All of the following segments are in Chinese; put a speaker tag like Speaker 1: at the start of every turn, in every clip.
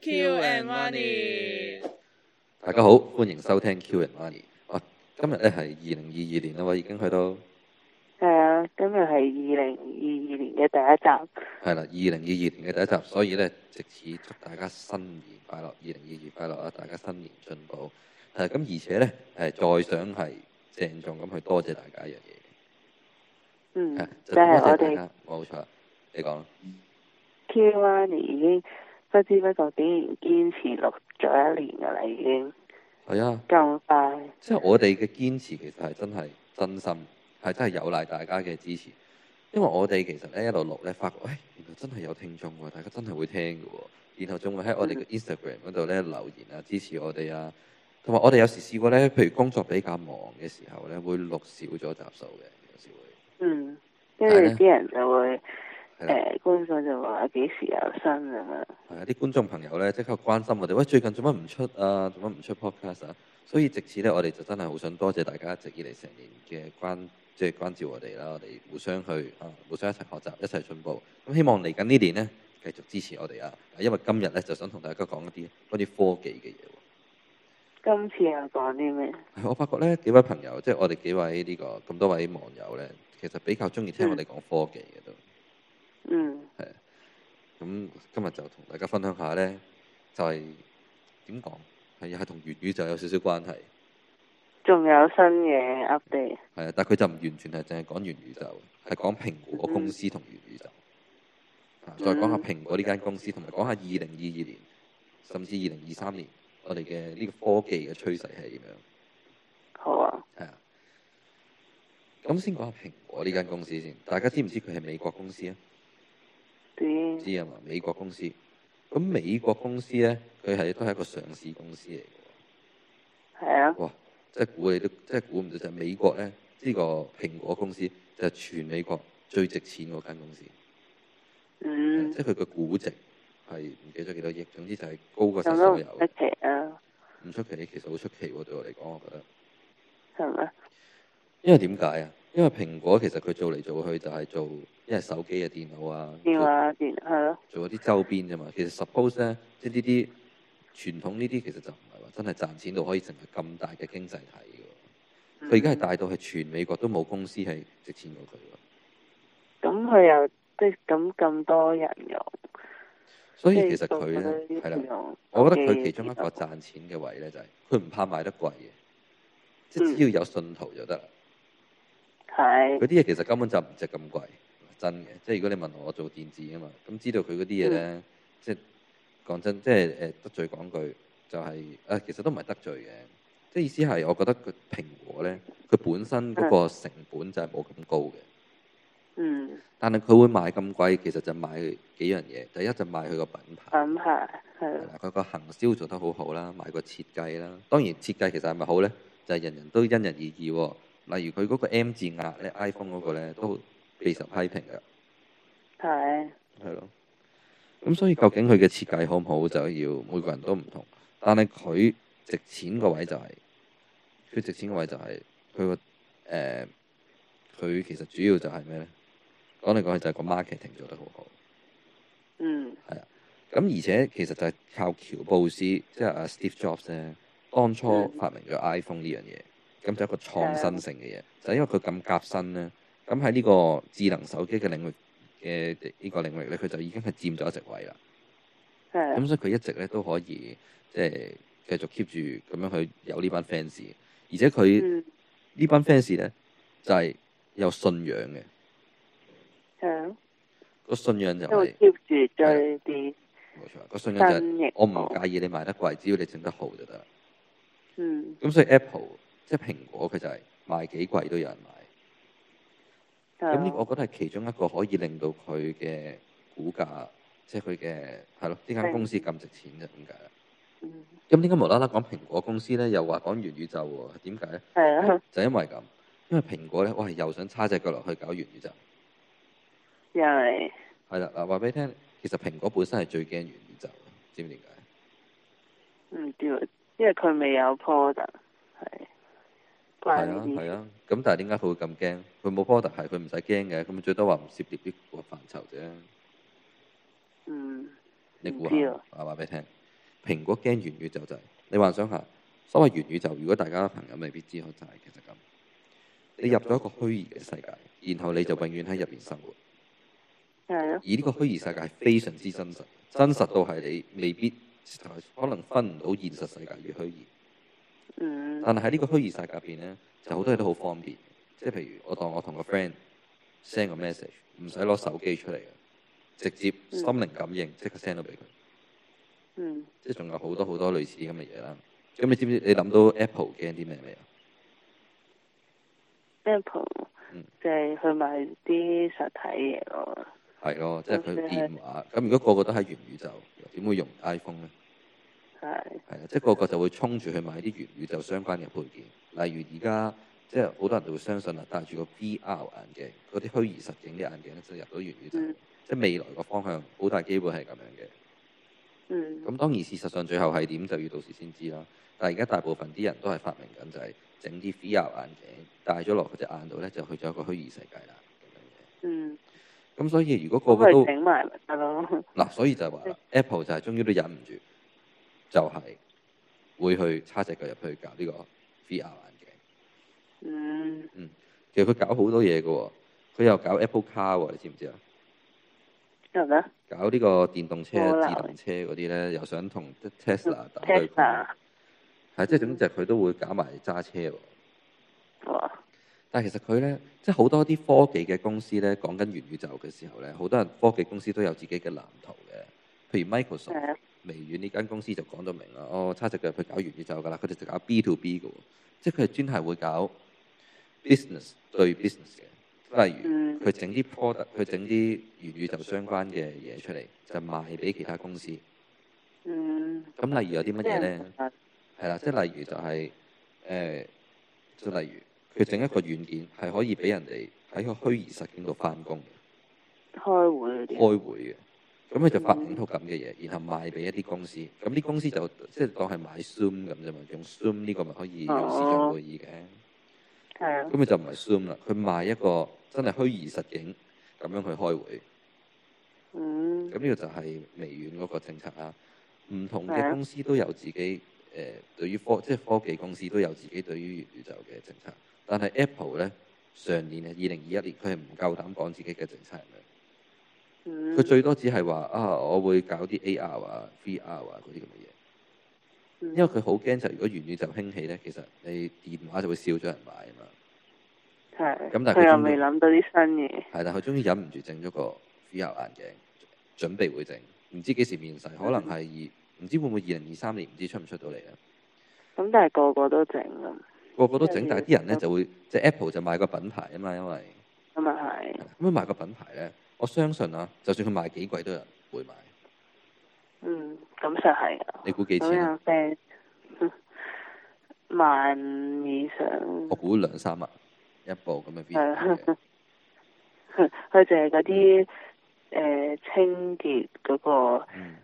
Speaker 1: Q and Money。
Speaker 2: 大家好，歡迎收聽 Q and Money。啊，今日咧係二零二二年啦喎，已經去到
Speaker 3: 系啊，今日係二零二二年嘅第一集，
Speaker 2: 係啦，二零二二年嘅第一集，所以咧，藉此祝大家新年快樂，二零二二快樂啊！大家新年進步。係咁，而且咧誒，再想係鄭重咁去多謝大家一樣嘢。
Speaker 3: 嗯，
Speaker 2: 係
Speaker 3: 就係
Speaker 2: 多謝
Speaker 3: 我
Speaker 2: 大
Speaker 3: 哋
Speaker 2: 家，冇錯。你講啦，
Speaker 3: Q Money 已經不知不覺竟然堅持錄咗一年噶啦，已經
Speaker 2: 係啊。
Speaker 3: 咁快，
Speaker 2: 即係我哋嘅堅持其實係真係真心，係真係有賴大家嘅支持。因為我哋其實咧一路錄咧，發覺誒、哎原來真係有聽眾喎，大家真係會聽嘅喎。然後仲會喺我哋嘅 Instagram 嗰度咧留言啊，支持我哋啊。同埋我哋有時試過咧，譬如工作比較忙嘅時候咧，會錄少咗集數嘅，有時會
Speaker 3: 嗯，跟
Speaker 2: 係咧
Speaker 3: 住啲人就會
Speaker 2: 係啦。
Speaker 3: 誒觀眾就話幾時有新咁樣，
Speaker 2: 係啊！啲觀眾朋友咧即刻關心我哋，喂，最近做乜唔出啊？做乜唔出 podcast 啊？所以藉此咧，我哋就真係好想多謝大家一直以嚟成年嘅關，即係關照我哋啦。我哋互相去啊，互相一齊學習，一齊進步。咁希望嚟緊呢年呢，繼續支持我哋啊！因為今日咧就想同大家講一啲關於科技嘅嘢喎。
Speaker 3: 今次又講啲咩？
Speaker 2: 係我發覺咧幾位朋友，即係我哋幾位呢、個咁多位網友咧，其實比較中意聽我哋講科技嘅都。
Speaker 3: 嗯，
Speaker 2: 咁今日就同大家分享下咧，就係點講，係又係同粵語就有少少關係，
Speaker 3: 仲有新嘅 update，
Speaker 2: 係啊，但係佢就唔完全係淨係講元宇宙，係講蘋果公司同元宇宙。啊再講下蘋果呢間公司，同埋講下二零二二年，甚至二零二三年我哋嘅呢個科技嘅趨勢係點樣？
Speaker 3: 好啊，
Speaker 2: 係啊。咁先講下蘋果呢間公司先，大家知唔知佢係美國公司啊？
Speaker 3: 啲
Speaker 2: 知啊嘛，美國公司。咁美國公司咧，佢係都係一個上市公司嚟嘅喎。
Speaker 3: 係啊，
Speaker 2: 哇！即係估你都，即係估唔到就係美國咧，呢、個蘋果公司就係全美國最值錢嗰間公司，
Speaker 3: 嗯，
Speaker 2: 即係佢嘅估值係唔記得咗幾多億，總之就係高過晒
Speaker 3: 咁都
Speaker 2: 所
Speaker 3: 唔
Speaker 2: 有
Speaker 3: 出奇啊，
Speaker 2: 唔出奇，其實好出奇喎，對我嚟講，我覺得。
Speaker 3: 係咪？
Speaker 2: 因為點解啊？因為蘋果其實佢做嚟做去就係做一係手機嘅電腦啊，
Speaker 3: 電話電係咯，
Speaker 2: 做做一啲周邊啫嘛。其實 suppose 咧，即係呢啲傳統呢啲其實就唔係話真係賺錢到可以成為咁大嘅經濟體嘅喎。佢而家係大到係全美國都冇公司係值錢過佢喎，
Speaker 3: 咁佢又即係咁咁多人用，
Speaker 2: 所
Speaker 3: 即
Speaker 2: 以
Speaker 3: 係
Speaker 2: 其實佢咧係
Speaker 3: 係
Speaker 2: 啦，
Speaker 3: 啦，
Speaker 2: 我覺得佢其中一個賺錢嘅位咧就係佢唔怕賣得貴嘅，即係
Speaker 3: 嗯
Speaker 2: 只要有信徒就得啦。
Speaker 3: 係
Speaker 2: 佢啲嘢其實根本就唔值咁貴，真嘅。即係如果你問我，我做電子啊嘛，咁知道佢嗰啲嘢咧，即係講真，即係誒得罪講句就係、啊，其實都唔係得罪嘅，即係意思係我覺得佢蘋果咧，佢本身嗰個成本就係冇咁高嘅。
Speaker 3: 嗯
Speaker 2: 但係佢會賣咁貴，其實就賣幾樣嘢。第一就賣佢個品牌，
Speaker 3: 品牌係
Speaker 2: 係
Speaker 3: 咯
Speaker 2: 啦佢個行銷做得好好啦，賣個設計啦。當然設計其實係咪好呢？就係、人人都因人而異喎。例如佢嗰個 M 字壓咧，iPhone 嗰個咧都備受批評嘅，
Speaker 3: 係
Speaker 2: 係咯。咁所以究竟佢嘅設計好唔好，就要每個人都唔同。但係佢值錢個位就係、佢值錢個位就係佢個誒，呃佢、其實主要就係咩呢？講嚟講去就係個 marketing 做得好好。
Speaker 3: 嗯
Speaker 2: 咁而且其實就係靠喬布斯，即係阿 Steve Jobs 咧，當初發明咗 iPhone 呢樣嘢，咁就一個創新性嘅嘢，就係因為佢咁革新咧，咁喺呢個智能手機嘅領域嘅呢個領域咧，佢就已經係佔咗一席位啦。
Speaker 3: 係
Speaker 2: 咁所以佢一直咧都可以即係繼續 keep 住咁樣去有呢班 fans，而且佢
Speaker 3: 嗯
Speaker 2: 呢班 fans 咧就係有信仰嘅，
Speaker 3: 係
Speaker 2: 個信仰就
Speaker 3: 都
Speaker 2: 係
Speaker 3: keep 住追啲
Speaker 2: 冇錯，個信仰就係啊
Speaker 3: 新型
Speaker 2: 我唔介意你賣得貴，只要你整得好就得啦。
Speaker 3: 嗯
Speaker 2: 咁所以 Apple 即係蘋果，佢就係賣幾貴都有人買。咁呢個
Speaker 3: 嗯係啊
Speaker 2: 我覺得係其中一個可以令到佢嘅股價，即係佢嘅係咯，呢間公司咁值錢就點解啦？
Speaker 3: 嗯
Speaker 2: 咁點解無啦啦講蘋果公司咧，又話講元宇宙喎？點解咧？
Speaker 3: 係啊咯
Speaker 2: 就因為咁，因為蘋果咧，我係又想叉只腳落去搞元宇宙。
Speaker 3: 又係
Speaker 2: 係啦，嗱話俾你聽，其實蘋果本身係最驚元宇宙嘅，知唔知點解？
Speaker 3: 唔知喎，因為佢未有 product 係關
Speaker 2: 係啊
Speaker 3: 呢啲
Speaker 2: 係啊，咁但係點解佢會咁驚？佢冇 product 係佢唔使驚嘅，咁最多話唔涉獵呢個範疇啫。
Speaker 3: 嗯
Speaker 2: 你估
Speaker 3: 唔知
Speaker 2: 下
Speaker 3: 啊，
Speaker 2: 我話俾你聽。蘋果驚元宇宙就係、你幻想下，所謂元宇宙，如果大家朋友未必知，可就係其實咁，你入咗一個虛擬嘅世界，然後你就永遠喺入邊生活。
Speaker 3: 係啊咯，
Speaker 2: 而呢個虛擬世界係非常之真實，真實到係你未必可能分唔到現實世界與虛擬。
Speaker 3: 嗯，
Speaker 2: 但係喺呢個虛擬世界入邊咧，就好多嘢都好方便。即係譬如我當我同個 friend send 個 message，唔使攞手機出嚟嘅，直接心靈感應即刻 send 到俾佢。
Speaker 3: 嗯，
Speaker 2: 即係仲有好多好多類似咁嘅嘢啦。咁你知唔知你諗到 Apple 驚啲咩未啊？
Speaker 3: Apple
Speaker 2: 嗯
Speaker 3: 就係去買啲實體嘢咯，
Speaker 2: 係咯，即係佢
Speaker 3: 嗯
Speaker 2: 電話。咁如果個個都喺元宇宙，又點會用 iPhone 咧？
Speaker 3: 係，
Speaker 2: 係啊，即係個個就會衝住去買啲元宇宙相關嘅配件，例如而家即係好多人都會相信啦，戴住個 VR 眼鏡，嗰啲虛擬實境嘅眼鏡咧，就入到元宇宙，
Speaker 3: 嗯
Speaker 2: 即係未來個方向好大機會係咁樣
Speaker 3: 嗯
Speaker 2: 嘅。，咁當然事實上最後係點就要到時先知啦。但係而家大部分啲人都係發明緊就係整啲 VR 眼鏡戴咗落佢隻眼度咧，就去咗一個虛擬世界啦。咁
Speaker 3: 嗯，
Speaker 2: 樣嘅咁所以如果個
Speaker 3: 咁
Speaker 2: 個都
Speaker 3: 咪整埋咪得咯，
Speaker 2: 嗱，所以就係話啦 Apple 就係終於都忍唔住，就係、會去叉隻腳入去搞呢個 VR 眼鏡。
Speaker 3: 嗯，
Speaker 2: 其實佢搞好多嘢嘅喎，佢又搞 Apple Car 喎，你知唔知啊？
Speaker 3: 得唔得
Speaker 2: 搞呢個電動車、
Speaker 3: 好啦
Speaker 2: 智能車嗰啲咧，又想同 Tesla 打對抗，
Speaker 3: ？Tesla，
Speaker 2: 係即係總之就係佢都會搞埋揸車喎。
Speaker 3: 哇，
Speaker 2: 但係其實佢咧，即係好多啲科技嘅公司咧，講緊元宇宙嘅時候咧，好多人科技公司都有自己嘅藍圖嘅，譬如 Microsoft
Speaker 3: 係。啊，
Speaker 2: 微軟呢間公司就講到明啦，哦，叉隻腳去搞元宇宙㗎啦，佢哋就搞 B to B 嘅喎，即係佢係專係會搞 business 對 business 嘅，例
Speaker 3: 嗯
Speaker 2: 如佢整啲 product，佢整啲元宇宙相關嘅嘢出嚟，就賣俾其他公司。
Speaker 3: 嗯，
Speaker 2: 咁例如有啲乜嘢咧？
Speaker 3: 係
Speaker 2: 係啦，即係例如就係、誒，即係例如佢整一個軟件係可以俾人哋喺個虛擬實境度翻工嘅、
Speaker 3: 開會嗰啲，
Speaker 2: 開會嘅。咁佢就發明一套咁嘅嘢，然後賣俾一啲公司。咁啲公司就即係當係買 Zoom 咁啫嘛，用 Zoom 呢個咪可以用市場會議嘅。
Speaker 3: 係啊
Speaker 2: 咁，佢就唔係 Zoom 啦，佢賣一個真係虛擬實境咁樣去開會。
Speaker 3: 嗯，
Speaker 2: 咁呢個就係微軟嗰個政策啦。唔同
Speaker 3: 係啊
Speaker 2: 嘅公司都有自己誒、呃，對於科即係科技公司都有自己對於元宇宙嘅政策。但係 Apple 咧，上年係啊二零二一年，佢係唔夠膽講自己嘅政策係咩
Speaker 3: 嗯，
Speaker 2: 佢最多只係話啊，我會搞啲 AR 啊、VR 啊嗰啲咁嘅嘢。
Speaker 3: 因
Speaker 2: 因為佢好驚就係如果元宇宙興起咧，其實你電話就會少咗人買啊嘛。
Speaker 3: 係，
Speaker 2: 咁但係佢
Speaker 3: 佢又
Speaker 2: 中
Speaker 3: 未
Speaker 2: 意
Speaker 3: 諗到啲新嘢，
Speaker 2: 係，但佢終於忍唔住整咗個 VR 眼鏡，準備會整，唔知幾時面世，可能係二，唔知會唔會二零二三年，唔知出唔出到嚟啊咧。
Speaker 3: 咁但係個個都整咁，
Speaker 2: 個個都整，但係啲人 咧
Speaker 3: 嗯
Speaker 2: 就會即係 Apple 就賣個品牌啊嘛，因為
Speaker 3: 咁啊係
Speaker 2: 係，啦咁樣賣個品牌咧，我相信啊，就算佢賣幾貴都有人會買。
Speaker 3: 嗯，咁就係啊。
Speaker 2: 你估幾
Speaker 3: 咁
Speaker 2: 錢啊？
Speaker 3: 有 friend 萬以上，
Speaker 2: 我估兩三萬一部咁嘅 VR
Speaker 3: 係啊
Speaker 2: 眼鏡
Speaker 3: 佢就係嗰啲誒清潔嗰個
Speaker 2: 嗯，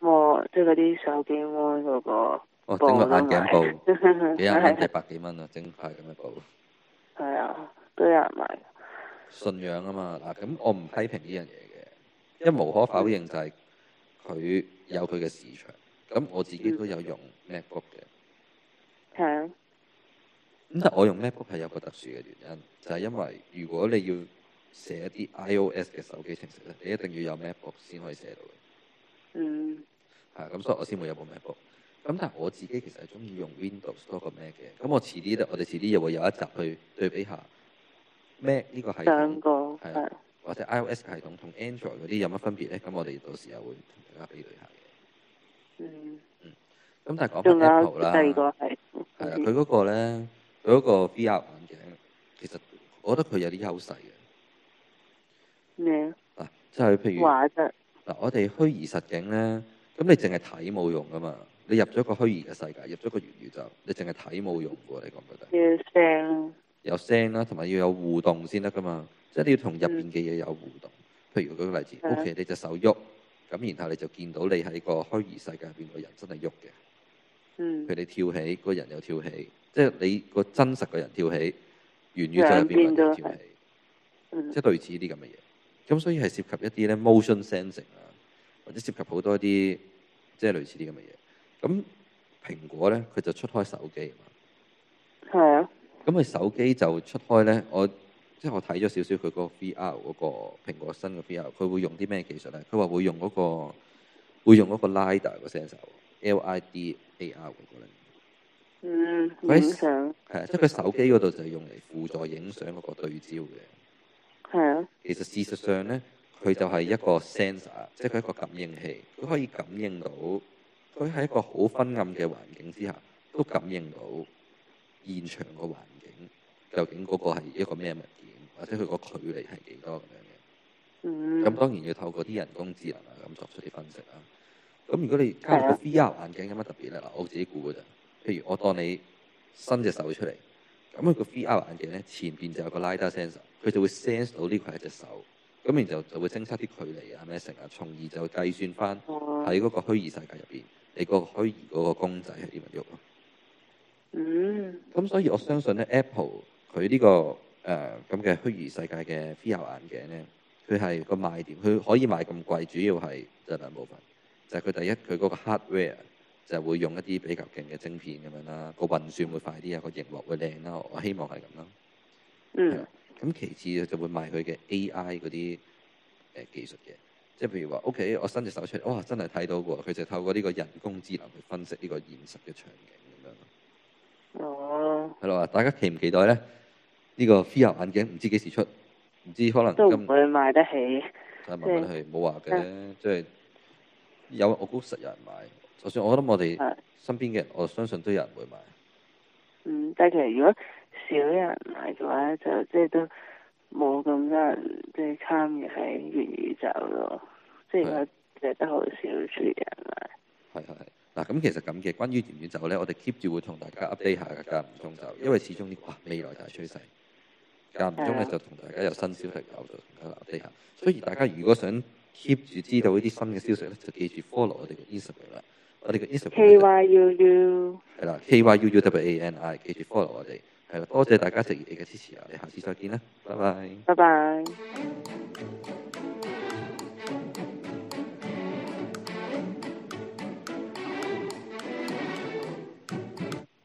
Speaker 3: 膜，即係嗰啲手機膜嗰個
Speaker 2: 哦，
Speaker 3: 布
Speaker 2: 整個
Speaker 3: 都
Speaker 2: 眼鏡布
Speaker 3: 買，
Speaker 2: 幾廿蚊、
Speaker 3: 係
Speaker 2: 幾百幾蚊啊，整塊咁嘅布。
Speaker 3: 係啊，都有人買。
Speaker 2: 信仰啊嘛。嗱，咁我唔批評呢樣嘢嘅，因為無可否認就係佢有佢嘅市場。咁我自己都有用 MacBook 嘅，
Speaker 3: 係啊，
Speaker 2: 咁但係我用 MacBook 係有個特殊嘅原因，就係、因為如果你要寫一啲 iOS 嘅手機程式咧，你一定要有 MacBook 先可以寫到
Speaker 3: 嗯
Speaker 2: 嘅，係啊咁所以我先會有部 MacBook。咁但係我自己其實係中意用 Windows 多過 Mac 嘅，咁我遲啲咧，我哋遲啲又會有一集去對比下 Mac 呢個系統
Speaker 3: 兩個
Speaker 2: 係啊
Speaker 3: 係
Speaker 2: 或者 iOS 嘅系統同 Android 嗰啲有乜分別咧？咁我哋到時候會同大家比對下嘅。
Speaker 3: 嗯，
Speaker 2: 咁但係講
Speaker 3: 仲
Speaker 2: 翻
Speaker 3: 有
Speaker 2: Apple
Speaker 3: 第
Speaker 2: 啦，
Speaker 3: 二個嗯係
Speaker 2: 係啦，啊佢嗰個咧，佢嗰個 VR 眼鏡，其實我覺得佢有啲優勢嘅。
Speaker 3: 咩
Speaker 2: 嗱，就係譬如
Speaker 3: 畫質？
Speaker 2: 嗱，我哋虛擬實境咧，咁你淨係睇冇用噶嘛？你入咗個虛擬嘅世界，入咗個元宇宙，你淨係睇冇用喎，你覺唔覺得？
Speaker 3: 要聲
Speaker 2: 有聲啦，同埋要有互動先得噶嘛，即係你要同入邊嘅嘢有互動。譬如舉個例子
Speaker 3: 係啊
Speaker 2: ，OK，你隻手喐，咁然後你就見到你喺個虛擬世界入邊個人真係喐嘅，
Speaker 3: 嗯
Speaker 2: 譬如你跳起，個人又跳起，即係你個真實個人跳起，元宇宙入
Speaker 3: 兩
Speaker 2: 邊
Speaker 3: 邊
Speaker 2: 個
Speaker 3: 都
Speaker 2: 人
Speaker 3: 係
Speaker 2: 跳起，
Speaker 3: 嗯
Speaker 2: 即係類似呢啲咁嘅嘢。咁所以係涉及一啲咧 motion sensing 啊，或者涉及好多啲即係類似啲咁嘅嘢。咁蘋果咧，佢就出開手機啊嘛。
Speaker 3: 係啊，
Speaker 2: 咁佢手機就出開咧，我即係我睇咗少少佢嗰個 VR 嗰、個蘋果新嘅 VR，佢會用啲咩技術咧？佢話會用嗰、個會用嗰個 LiDAR 個 sensor，LIDAR 嗰個咧，
Speaker 3: 嗯，
Speaker 2: 喂
Speaker 3: 影相
Speaker 2: 係啊即係佢手機嗰度就用嚟輔助影相嗰個對焦嘅。
Speaker 3: 係啊，
Speaker 2: 其實事實上咧，佢就係一個 sensor，即係佢一個感應器，佢可以感應到，佢喺一個好昏暗嘅環境之下，都感應到現場個環境究竟嗰個係一個咩物件，或者佢個距離係幾多咁樣
Speaker 3: 嗯，
Speaker 2: 嘅。咁當然要透過啲人工智能啊咁作出啲分析啦。咁如果你加入個 VR 眼鏡有乜特別咧？嗱，我自己估嘅啫。譬如我當你伸隻手出嚟，咁佢個 VR 眼鏡咧前邊就有個 LiDAR sensor，佢就會 sense 到呢個係一隻手，咁然後就會偵測啲距離啊咩成啊，從而就計算翻
Speaker 3: 哦
Speaker 2: 喺嗰個虛擬世界入邊，你個虛擬嗰個公仔係點樣喐咯。
Speaker 3: 嗯，
Speaker 2: 咁所以我相信咧，Apple 佢呢、個誒咁嘅虛擬世界嘅 VR 眼鏡咧，佢係個賣點，佢可以賣咁貴，主要係就兩部分，就係、佢第一佢嗰個 hardware 就係會用一啲比較勁嘅晶片咁樣啦，個運算會快啲啊，個熒幕會靚啦，我希望係咁啦。係啊
Speaker 3: 嗯
Speaker 2: 啦，咁其次就會賣佢嘅 AI 嗰啲誒技術嘅，即係譬如話，OK，我伸隻手出嚟，哇，真係睇到喎，佢就透過呢個人工智能去分析呢個現實嘅場景咁樣。
Speaker 3: 哦，
Speaker 2: 係啦，大家期唔期待咧？呢、個 VR 眼鏡唔知幾時出，唔知可能
Speaker 3: 都唔
Speaker 2: 今
Speaker 3: 會買得起，
Speaker 2: 啊慢慢去冇話嘅，即係有我估實有人買。就算我諗我哋
Speaker 3: 係
Speaker 2: 身邊嘅人，我相信都有人會買。
Speaker 3: 嗯，但係其實如果少人買嘅話，就即係都冇咁多人即係參與喺元宇宙咯，即係
Speaker 2: 係
Speaker 3: 而家淨係得好少數人買，
Speaker 2: 係係係嗱，咁其實咁嘅，關於元宇宙咧，我哋 keep 住會同大家 update 下嘅間唔中就，因為始終呢哇未來就係趨勢，間唔中咧
Speaker 3: 係啊
Speaker 2: 就同大家有新消息有就同大家 update 下。所以大家如果想 keep 住知道呢啲新嘅消息咧，就記住 follow 我哋嘅 Instagram 啦。我哋嘅 Instagram 呢
Speaker 3: K
Speaker 2: 就
Speaker 3: Y U U，
Speaker 2: 係啦，K Y U U W A N I，記住 follow 我哋。係啦，多謝大家直熱嘅支持啊！我哋下次再見啦，拜拜。
Speaker 3: 拜拜。